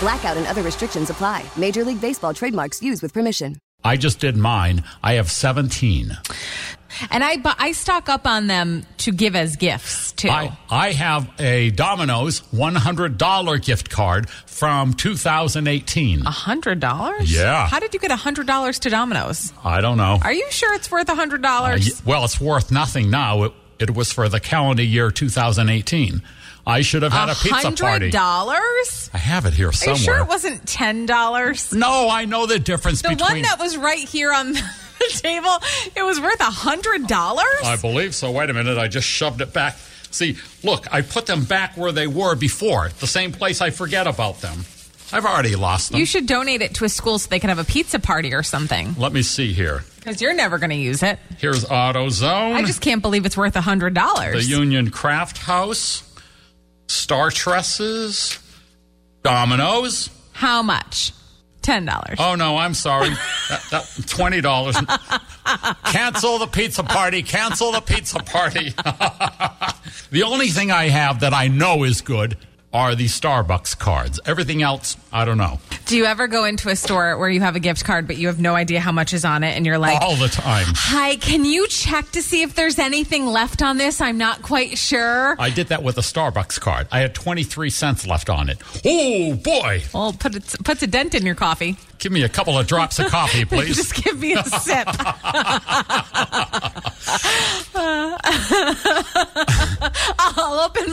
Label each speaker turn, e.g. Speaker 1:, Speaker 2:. Speaker 1: Blackout and other restrictions apply. Major League Baseball trademarks used with permission.
Speaker 2: I just did mine. I have 17.
Speaker 3: And I, bu- I stock up on them to give as gifts too.
Speaker 2: I, I have a Domino's $100 gift card from 2018.
Speaker 3: A hundred dollars?
Speaker 2: Yeah.
Speaker 3: How did you get a hundred dollars to Domino's?
Speaker 2: I don't know.
Speaker 3: Are you sure it's worth a hundred
Speaker 2: Uh, y-
Speaker 3: dollars?
Speaker 2: well, it's worth nothing now. It, it was for the calendar year 2018. I should have had a, pizza party.
Speaker 3: hundred dollars?
Speaker 2: I have it here
Speaker 3: Are you
Speaker 2: somewhere.
Speaker 3: sure it wasn't ten dollars?
Speaker 2: no, I know the difference
Speaker 3: The one
Speaker 2: between.
Speaker 3: that was right here on the table, it was worth a hundred
Speaker 2: I
Speaker 3: dollars.
Speaker 2: believe so. Wait a minute. I just shoved it back. See, look, I put them back where they were before, the same place I forget about them. I've already lost them.
Speaker 3: You should donate it to a school so they can have a pizza party or something.
Speaker 2: Let me see here.
Speaker 3: Because you're never going to use it.
Speaker 2: Here's AutoZone.
Speaker 3: I just can't believe it's worth a hundred
Speaker 2: the
Speaker 3: dollars.
Speaker 2: Union Craft House, Star Tresses, Domino's.
Speaker 3: How much? Ten dollars.
Speaker 2: Oh no, I'm sorry. That- that- Twenty dollars. cancel the pizza party. Cancel the pizza party. the only thing I have that I know is good are the Starbucks cards. Everything else, I don't know.
Speaker 3: Do you ever go into a store where you have a gift card but you have no idea how much is on it and you're like,
Speaker 2: All the time.
Speaker 3: "Hi, can you check to see if there's anything left on this? I'm not quite sure."
Speaker 2: I did that with a Starbucks card. I had 23 cents left on it. Oh boy.
Speaker 3: Well, put it, puts a dent in your coffee.
Speaker 2: Give me a couple of drops of coffee, please.
Speaker 3: Just give me a sip. I'll open